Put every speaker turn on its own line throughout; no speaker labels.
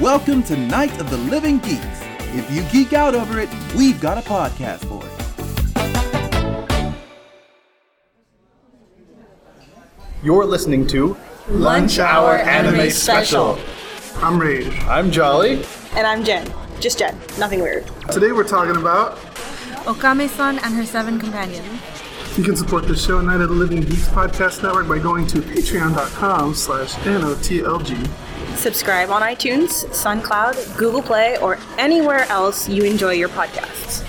Welcome to Night of the Living Geeks. If you geek out over it, we've got a podcast for it.
You're listening to
Lunch Hour Anime Special.
I'm Rage.
I'm Jolly.
And I'm Jen. Just Jen. Nothing weird.
Today we're talking about
Okame-san and her seven companions.
you can support the show Night of the Living Geeks Podcast Network by going to patreon.com slash N-O-T-L-G.
Subscribe on iTunes, SoundCloud, Google Play, or anywhere else you enjoy your podcasts.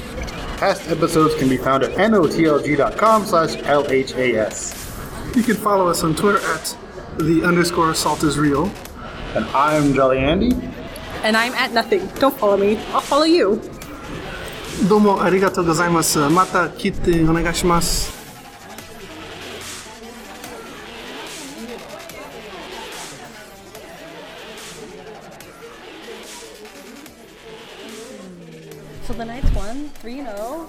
Past episodes can be found at notlg.com slash LHAS.
You can follow us on Twitter at the underscore salt is real.
And I'm Jolly Andy.
And I'm at nothing. Don't follow me. I'll follow you.
Domo arigato gozaimasu. Mata kite onegashimasu.
So the night's one, three and oh.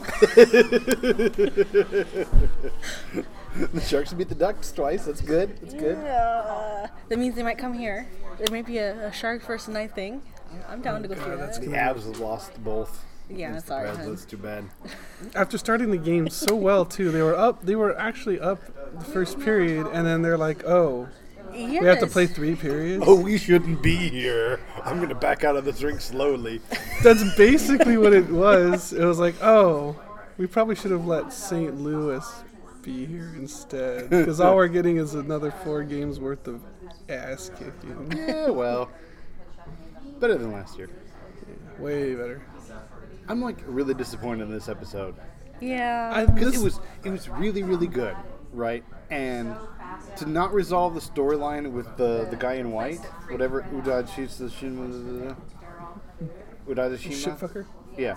The Sharks beat the Ducks twice. That's good. That's good.
Uh, That means they might come here. There might be a, a shark versus night thing. I'm down
Oh
to go through that.
The Abs lost both.
Yeah, sorry. hun.
That's too bad.
after starting the game so well too they were up they were actually up the first period and then they're like oh
Yes.
we have to play three periods
Oh, we shouldn't be here. I'm gonna back out of this ring slowly.
that's basically what it was it was like oh we probably should have let st louis be here instead because all we're getting is another four games worth of ass kicking
Yeah, Eh, well. Better than last year.
way better
I'm like really disappointed in this episode.
Yeah.
I,
Because
this-
it was it was really, really good, right? And to not resolve the storyline with the, the guy in white, whatever Udad shoots the Shin Udadashima.
Shitfucker?
Yeah.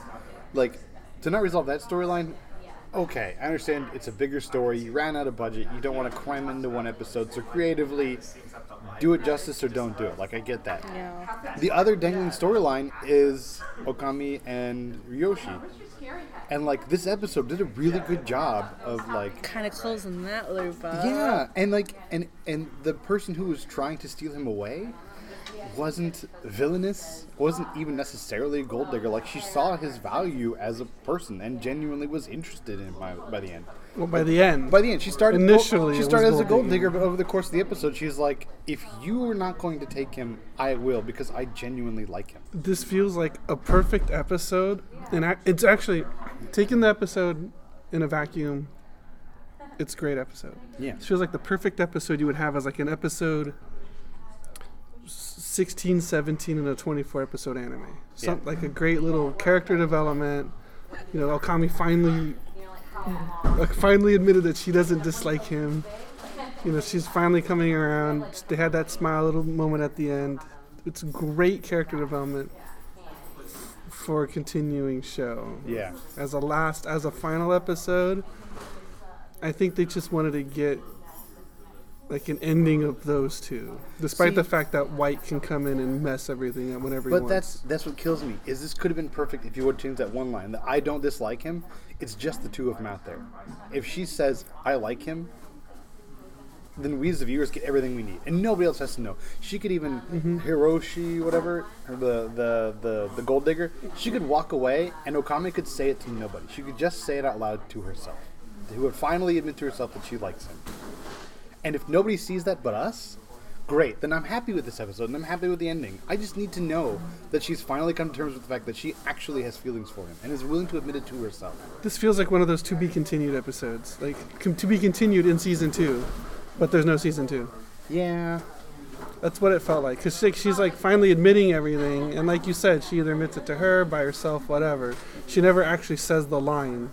Like, to not resolve that storyline, okay, I understand it's a bigger story. You ran out of budget. You don't want to cram into one episode. So creatively, do it justice or don't do it. Like, I get that.
yeah.
The other dangling storyline is Okami and Ryoshi. And, like, this episode did a really good job of, like,
Kind of closing that loop up.
yeah, and like, and and the person who was trying to steal him away wasn't villainous, wasn't even necessarily a gold digger. Like she saw his value as a person and genuinely was interested in him by, by the end.
well, by the end
By the end, she started
Initially,
She
it
started
was
as a
gold
gold digger,
digging.
but over the course of the episode, she's like, "If you are not going to take him, I will because I genuinely like him."
this feels like a perfect episode and ac- it's actually taking the episode in a vacuum it's a great episode
Yeah.
it feels like the perfect episode you would have as like an episode s- 16 17 and a 24 episode anime Some,
Yeah.
like a great little character development you know okami finally like finally admitted that she doesn't dislike him you know she's finally coming around they had that smile little moment at the end it's great character development for a continuing show
Yeah,
as a last as a final episode i think they just wanted to get like an ending of those two despite
See-
the fact that white can come in and mess everything up whenever he
but
wants
that's that's what kills me. Is this could have been perfect if you would change that one line that I don't dislike him. It's just the two of them out there. If she says I like him, then we as the viewers get everything we need, and nobody else has to know. She could even Hiroshi, whatever, or the, the the the gold digger. She could walk away, and Okami could say it to nobody. She could just say it out loud to herself. Who would finally admit to herself that she likes him. And if nobody sees that but us, great. Then I'm happy with this episode, and I'm happy with the ending. I just need to know that she's finally come to terms with the fact that she actually has feelings for him and is willing to admit it to herself.
this feels like one of those to be continued episodes like com- to be continued in season two but there's no season two
Yeah.
That's what it felt like. Cause she, she's like finally admitting everything, and like you said, she either admits it to her, by herself, whatever. She never actually says the line,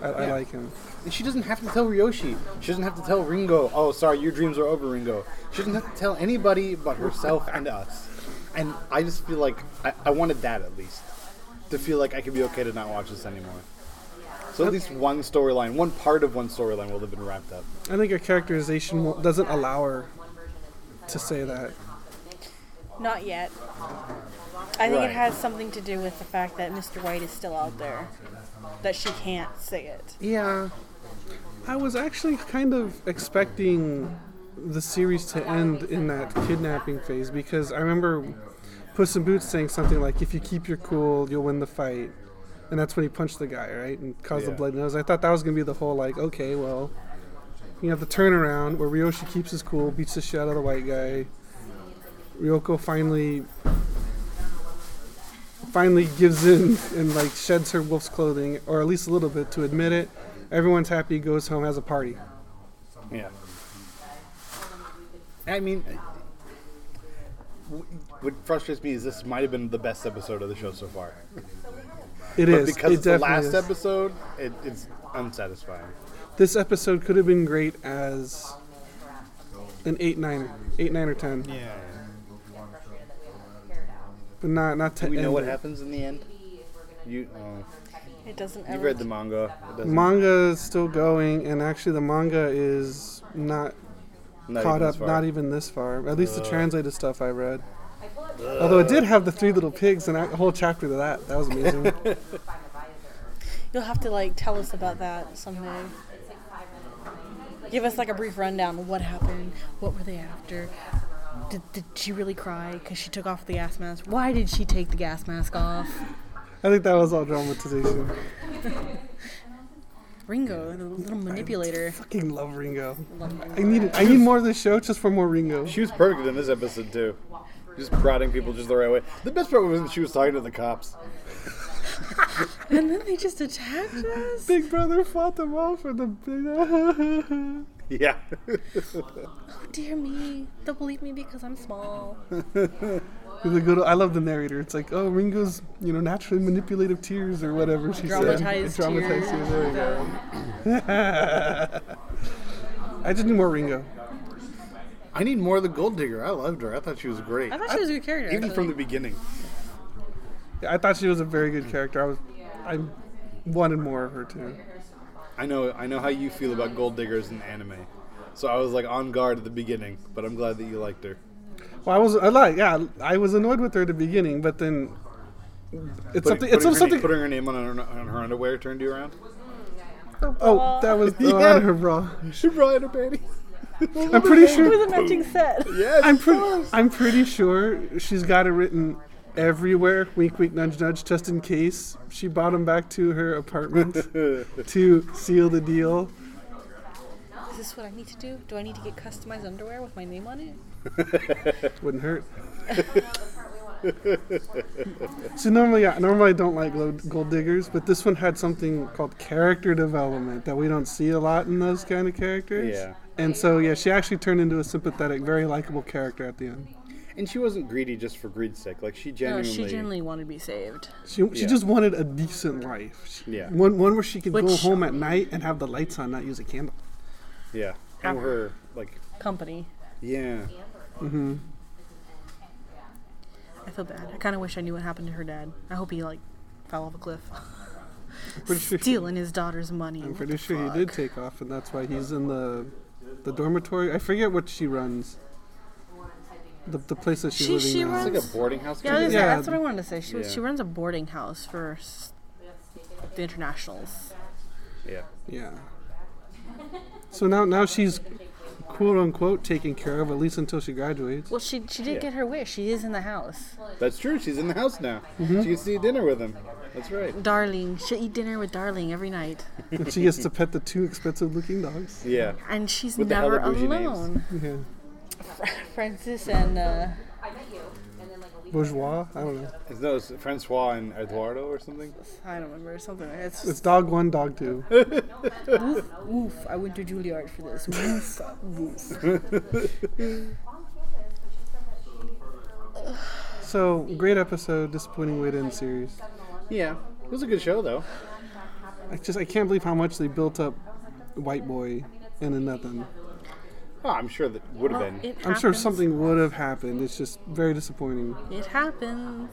"I, I like him."
And she doesn't have to tell Ryoshi. She doesn't have to tell Ringo, oh, sorry, your dreams are over, Ringo. She doesn't have to tell anybody but herself and us. And I just feel like I, I wanted that at least. To feel like I could be okay to not watch this anymore. So at least one storyline, one part of one storyline will have been wrapped up.
I think her characterization will, doesn't allow her to say that.
Not yet. I think
Right.
it has something to do with the fact that Mr. White is still out there. That she can't say it.
Yeah.
I was actually kind of expecting the series to end in that kidnapping phase because I remember Puss in Boots saying something like, "If you keep your cool, you'll win the fight," and that's when he punched the guy, right, and caused the
Yeah.
blood nose. I thought that was gonna be the whole like, okay, well, you have the turnaround where Ryoshi keeps his cool, beats the shit out of the white guy. Ryoko finally finally gives in and like sheds her wolf's clothing, or at least a little bit, to admit it. Everyone's happy, goes home, has a party.
Yeah. I mean, uh, w- what frustrates me is this might have been the best episode of the show so far.
It
But
is.
because
it
it's the
definitely
last
is.
episode, it, it's unsatisfying.
This episode could have been great as an eight nine, eight nine or ten,
Yeah.
but not not ten.
We know what happens in the end. You oh,
It doesn't
you
ever.
read the manga. It doesn't-
Manga is still going, and actually the manga is not
not
caught
even this
up,
far.
not even this far. At least the translated stuff I read. Although it did have the three little pigs and a whole chapter to that. That was amazing.
You'll have to like tell us about that someday. Give us like a brief rundown of what happened. What were they after? Did, did she really cry because she took off the gas mask? Why did she take the gas mask off?
I think that was all dramatization.
Ringo, the little manipulator.
fucking love Ringo. I need I need more of this show just for more Ringo.
She was perfect in this episode too. Just prodding people just the right way. The best part was when she was talking to the cops.
And then they just attacked us.
Big Brother fought them all for the big.
Yeah.
Dear me, they'll believe me because I'm small.
the good. I love the narrator. It's like, oh, Ringo's you know naturally manipulative tears or whatever she
Dramatized
said.
tears.
tears. There we go. I just need more Ringo.
I need more of the gold digger. I loved her. I thought she was great.
I thought she was a good character.
Even
actually.
from the beginning.
I thought she was a very good character. I was, I wanted more of her too.
I know I know how you feel about gold diggers in anime. So I was like on guard at the beginning, but I'm glad that you liked her.
Well, I was I like yeah. I was annoyed with her at the beginning, but then it's something.
Putting,
It's
putting, her,
something.
putting her name on her, on her underwear turned you around.
oh, that was oh,
Yeah.
on her bra.
She brought in her panties.
I'm pretty sure.
the matching set.
Yes.
I'm pretty. I'm pretty sure she's got it written everywhere. Wink, wink, nudge, nudge. Just in case she bought him back to her apartment to seal the deal.
Is this what I need to do? Do I need to get customized underwear with my name on it?
Wouldn't hurt. so normally, I normally I don't like lo- gold diggers, but this one had something called character development that we don't see a lot in those kind of characters.
Yeah.
And so yeah, she actually turned into a sympathetic, very likable character at the end.
And she wasn't greedy just for greed's sake. Like she
Oh,
No,
genuinely.
she generally wanted to be saved.
She, she
Yeah.
just wanted a decent life. She-
Yeah.
One one where she could go
Which-
home at night and have the lights on, not use a candle.
yeah. And her like
Company.
yeah.
I feel bad. I kind of wish I knew what happened to her dad. I hope he like fell off a cliff,
Pretty sure,
stealing his daughter's money.
I'm pretty sure he did take off, and that's why he's in the the dormitory. I forget what she runs. The, the place that she's
She-
living
she
now.
runs-
It's like a boarding house.
Yeah, I
kind
was gonna
of
say,
Yeah.
that's what I wanted to say. She was,
Yeah.
she runs a boarding house for s- the internationals.
thing? Yeah.
Yeah. So now now she's quote unquote taken care of at least until she graduates.
Well, she she did
Yeah.
get her wish. She is in the house,
That's true. She's in the house now. She gets to eat dinner with him. That's right.
darling. She'll eat dinner with darling every night,
And she gets to pet the two expensive looking dogs.
Yeah.
and she's
With the
never
Hallabougie names.
alone.
Yeah.
Francis and uh,
Bourgeois, I don't know.
It's, no, it's Francois and Eduardo or something.
I don't remember something. Like that. It's
It's
just,
dog one, dog two.
woof. Oh, I went to Juilliard for this. Woof, woof.
So great episode, disappointing way to end series.
Yeah. It was a good show though.
I just I can't believe how much they built up White Boy and then nothing.
Oh, I'm sure that would have been.
It
I'm sure
happens.
something would have happened. It's just very disappointing.
It happens.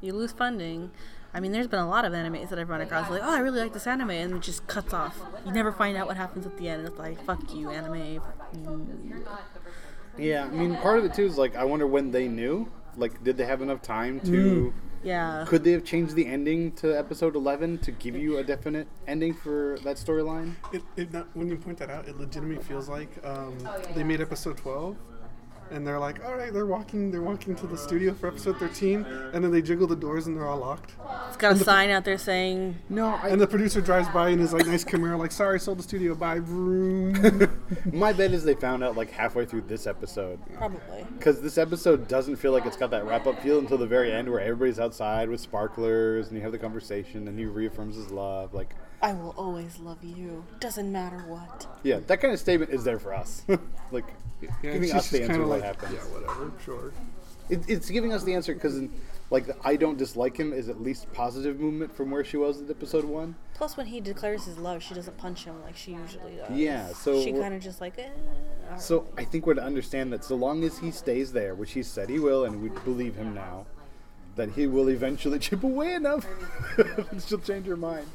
You lose funding. I mean, there's been a lot of animes that I've run across. Like, oh, I really like this anime, and it just cuts off. You never find out what happens at the end. It's like, fuck you, anime.
Yeah, I mean, part of it too is like, I wonder when they knew. Like, did they have enough time to?
Mm.
Yeah.
Could they have changed the ending to episode eleven to give you a definite ending for that storyline?
It, it not, when you point that out, it legitimately feels like um, they made episode 12 and they're like, all right, they're walking, they're walking to the studio for episode 13, and then they jiggle the doors and they're all locked.
It's got a sign out there saying
No, and the producer drives by in his like nice Camaro, like, sorry, sold the studio, bye, vroom.
My bet is they found out like halfway through this episode
probably.
because this episode doesn't feel like it's got that wrap up feel until the very end where everybody's outside with sparklers and you have the conversation and he reaffirms his love. Like,
I will always love you. Doesn't matter what.
yeah, that kind of statement is there for us. like, giving
she's
us the
just
answer
kinda
to what
like,
happened.
yeah, whatever, sure.
It, it's giving us the answer because, like, the I don't dislike him is at least positive movement from where she was in episode one.
Plus, when he declares his love, she doesn't punch him like she usually does.
Yeah, so
she
we're-
kind of just like. Eh. all right.
So I think we're to understand that so long as he stays there, which he said he will, and we believe him now, that he will eventually chip away enough that she'll change her mind.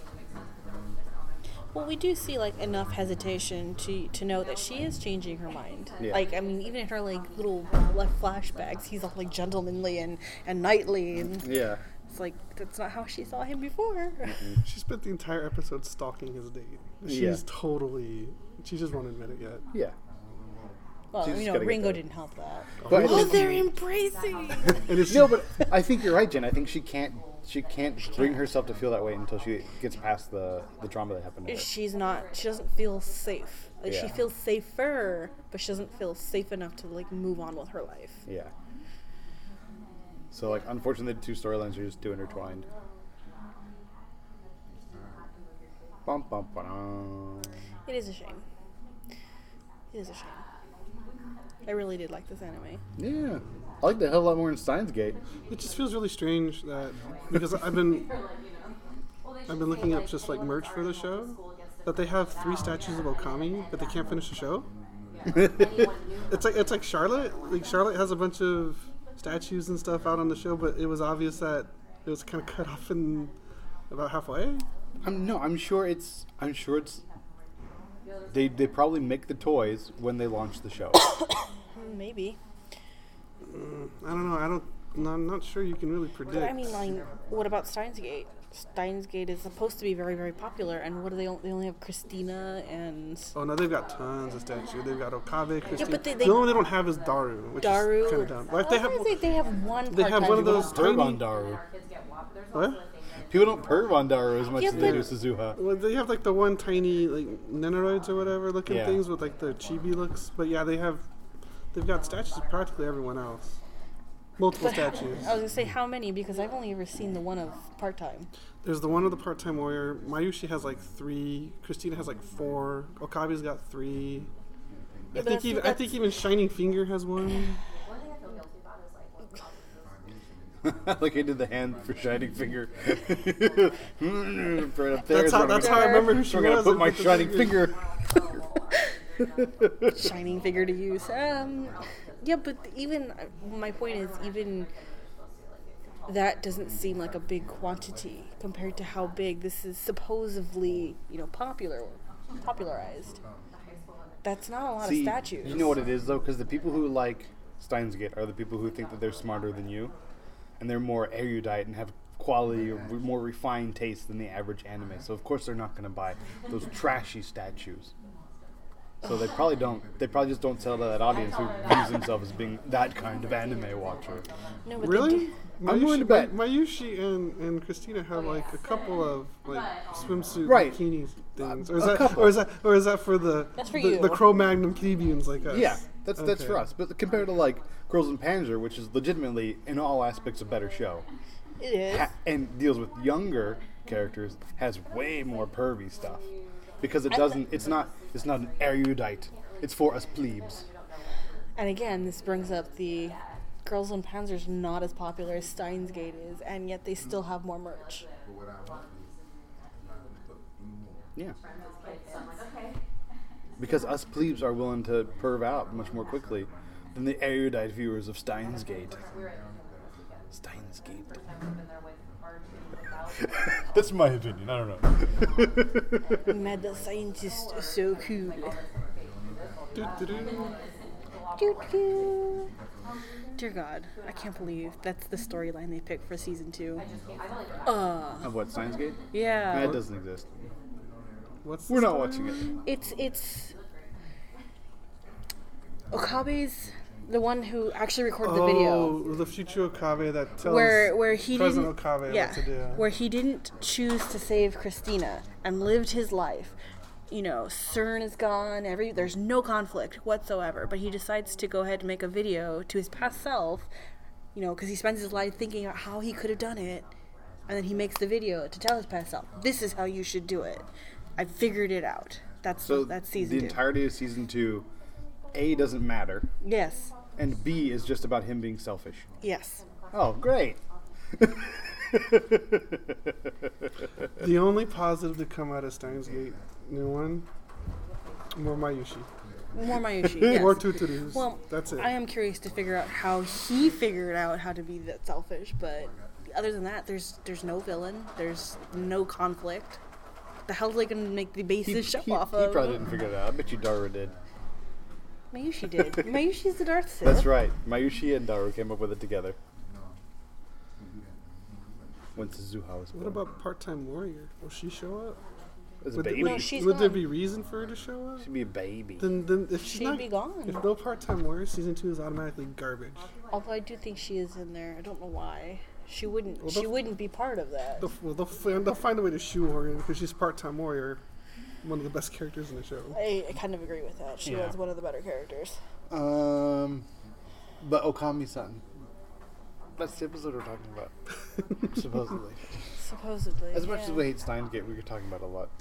Well, we do see like enough hesitation to to know that she is changing her mind.
Yeah.
Like, I mean, even in her like little like flashbacks, he's all like gentlemanly and and knightly, and
Yeah.
it's like that's not how she saw him before.
Mm-hmm.
She spent the entire episode stalking his date. She's
Yeah.
totally, she just won't admit it yet.
Yeah.
well,
She's
you know,
gotta get
Ringo
that.
didn't help that.
But
Oh, they're embracing.
And if she,
no, but I think you're right, Jen. I think she can't she can't bring herself to feel that way until she gets past the the drama that happened. to her.
She's not. She doesn't feel safe. Like she
Yeah.
feels safer, but she doesn't feel safe enough to like move on with her life.
Yeah. So like, unfortunately, the two storylines are just too intertwined. Bum, bum, ba-dum.
It is a shame. It is a shame. I really did like this anime.
Yeah, I like the hell lot more in Steins Gate.
It just feels really strange that because I've been I've been looking up just like merch for the show that they have three statues of Okami but they can't finish the show. it's like it's like Charlotte. Like Charlotte has a bunch of statues and stuff out on the show, but it was obvious that it was kind of cut off in about halfway.
I'm no, I'm sure it's I'm sure it's they they probably make the toys when they launch the show.
Maybe.
I don't know. I don't. no, I'm not sure you can really predict.
I mean, like, what about Steins Gate? Steins Gate is supposed to be very, very popular, and what do they? on- They only have Christina and
Oh no, they've got tons of statues. They've got Okabe, Christine.
but they-
the only one they don't have is Daru, which
Daru.
is kind of dumb. Like
Oh,
they have
what is it? They have one.
they have
part-time
one of
girl.
those
Perv
tiny
on Daru.
what?
People don't perv on Daru as much
Yeah,
as they
but-
do Suzuha.
Well, they have like the one tiny like nanoroids or whatever looking
Yeah.
things with like the chibi looks. But yeah, they have they've got statues of practically everyone else. Multiple statues.
I was gonna say how many because I've only ever seen the one of part time.
There's the one of the part-time warrior. Mayushi has like three. Christina has like four. Okabe's got three. I
that's-
think even I think even Shining Finger has one.
like I did the hand for Shining Finger. right up there.
That's
is
how
what I'm
that's how
gonna-
I remember who she
We're gonna
was.
put
I
my
put the
Shining
fingers-
Finger.
Shining figure to use. Um, yeah, but even uh, my point is even that doesn't seem like a big quantity compared to how big this is supposedly you know popular popularized. That's not a lot
See,
of statues.
You know what it is though, because the people who like Steins Gate are the people who think that they're smarter than you, and they're more erudite and have quality or re- more refined taste than the average
Uh-huh.
anime. So of course they're not going to buy those trashy statues. So they probably don't. They probably just don't sell to that audience who views themselves as being that kind of anime watcher.
No, but they
Really?
do-
I'm willing to
Mayushi-
bet.
Mayushi and, and Christina have like a couple of like swimsuit
Right.
bikini things, or is
a
that
couple.
or is that or is that for the
That's for
the,
you.
the Cro Magnon plebeians like us?
Yeah, that's that's for
Okay.
us. But compared to like Girls in Panzer, which is legitimately in all aspects a better show,
it is.
ha- and deals with younger characters has way more pervy stuff because it doesn't it's not it's not an erudite it's for us plebes
And again, this brings up the Girls on Panzer's not as popular as Steins Gate is, and yet they still have more merch.
yeah because us plebes are willing to perv out much more quickly than the erudite viewers of Steins Gate Steins Gate that's my opinion I don't know
Mad that scientist is so cool.
Doo-doo-doo.
Doo-doo. Dear God, I can't believe that's the storyline they picked for season two. Uh,
of what Steins Gate
yeah,
that doesn't exist
What's
we're not watching it
it's it's Okabe's the one who actually recorded the video.
Oh, the future Okabe that tells
Where where he
President
didn't
Okabe
yeah,
what to do.
where he didn't choose to save Christina and lived his life. You know, CERN is gone. Every there's no conflict whatsoever. But he decides to go ahead and make a video to his past self. You know, because he spends his life thinking about how he could have done it, and then he makes the video to tell his past self, "This is how you should do it. I figured it out." That's
So
that's season
the
two.
entirety of season two, A doesn't matter,
Yes.
and B is just about him being selfish.
Yes.
Oh, great.
The only positive to come out of Steins Gate, new one, more Mayushi.
More Mayushi. yes.
More Tuturus.
Well,
That's it.
I am curious to figure out how he figured out how to be that selfish, but other than that, there's there's no villain, there's no conflict. The hell they gonna make the
He,
basis
he,
show
he
off of?
probably didn't figure it out. I bet you Daru did.
Mayushi did. Mayushi's the Darth Sith.
That's right. Mayushi and Daru came up with it together. Once Zuha was born.
what about part-time warrior? Will she show up?
As a
Would,
baby.
would-
No, she's
would there
gone.
be reason for her to show up?
She'd be a baby.
Then, then if she's
She'd
not,
be gone.
If no part-time warrior, season two is automatically garbage.
Although I do think she is in there. I don't know why. She wouldn't.
Well,
she
the-
wouldn't be part of that.
They'll, well, they'll, find, they'll find a way to shoehorn her in because she's part-time warrior, one of the best characters in the show.
I, I kind of agree with that. She
Yeah.
was one of the better characters.
Um, but Okami-san. That's the episode we're talking about. Supposedly.
Supposedly.
As much
yeah.
as we hate Steins Gate, we were talking about a lot.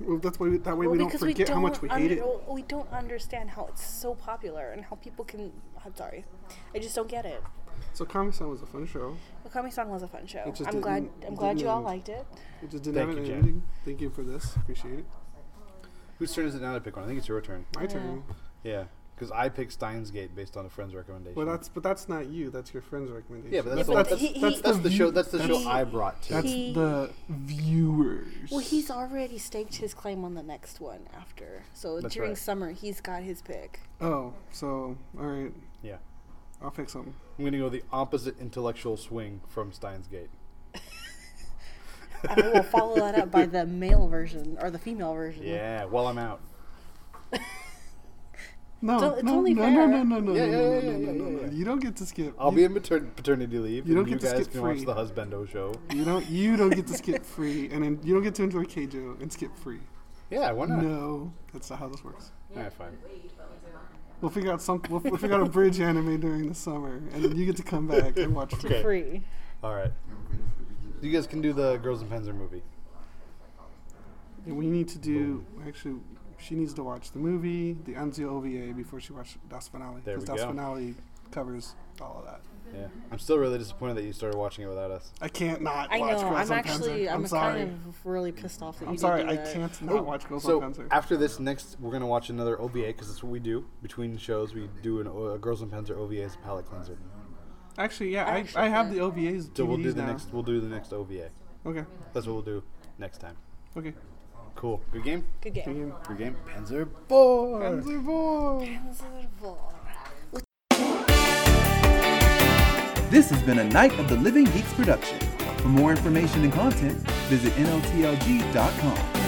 Well, that's why we, that way we don't
because
forget how much we
don't
hate
under-
it.
well, We don't understand how it's so popular and how people can. I'm sorry, I just don't get it.
So, Kami-san was a fun show.
Okami-san was a fun show.
just
I'm glad.
didn't-
I'm glad you all
didn't-
liked it.
It just didn't
Thank
have
you,
an
Jen.
ending. Thank you for this. Appreciate it.
Whose turn is it now to pick one? I think it's your turn.
My turn.
Yeah, because I picked Steins Gate based on a friend's recommendation.
Well, that's but that's not you. That's your friend's recommendation.
yeah, but that's,
Yeah,
the,
but
that's,
he- he-
that's, that's the show. That's the
he-
show I brought. To.
That's
He-
the viewers.
Well, he's already staked his claim on the next one after. So
That's
during
right.
summer, he's got his pick.
oh, so all right,
yeah,
I'll pick something.
I'm gonna go the opposite intellectual swing from Steins Gate.
And I will follow that up by the male version or the female version.
Yeah, while I'm out.
No,
So it's
no,
only
no,
fair.
no, no, no, no,
Yeah, yeah, yeah,
no, no,
yeah,
no, no,
yeah,
no,
yeah.
You don't get to skip.
I'll
you,
be in mater- paternity leave.
you don't
and
get
you
to
guys
skip
can
free.
watch the Husbando show.
You don't. You don't get to skip free, and then you don't get to enjoy Keijo and skip free.
Yeah, why not?
No, that's not how this works.
All right, fine.
We'll figure out some. We'll, we'll figure out a bridge anime during the summer, and then you get to come back and watch free.
Okay.
Free.
All right. You guys can do the Girls and Panzer movie.
And we need to do. Actually, she needs to watch the movie, the Anzio OVA, before she watches Das Finale,
There
because
we
Das
go.
Finale covers all of that.
Yeah, I'm still really disappointed that you started watching it without us.
I can't not
I
watch
know.
Girls
I'm
on
actually.
Panzer.
I'm,
I'm, sorry.
kind of really pissed off that you
I'm sorry.
didn't
I
do that.
can't not watch Girls
Oh, So
on Panzer.
after this, next we're gonna watch another OVA because that's what we do between shows. We do an o- a Girls and Panzer OVA as a palate cleanser.
actually, yeah, I, I have the OVAs.
So we'll do
DVDs
the
now.
next. We'll do the next OVA.
Okay.
That's what we'll do next time.
Okay.
Cool. Good game.
Good game.
Good game. Panzer Boy.
Panzer Boy.
This has been a Night of the Living Geeks production. For more information and content, visit NLTLG.com.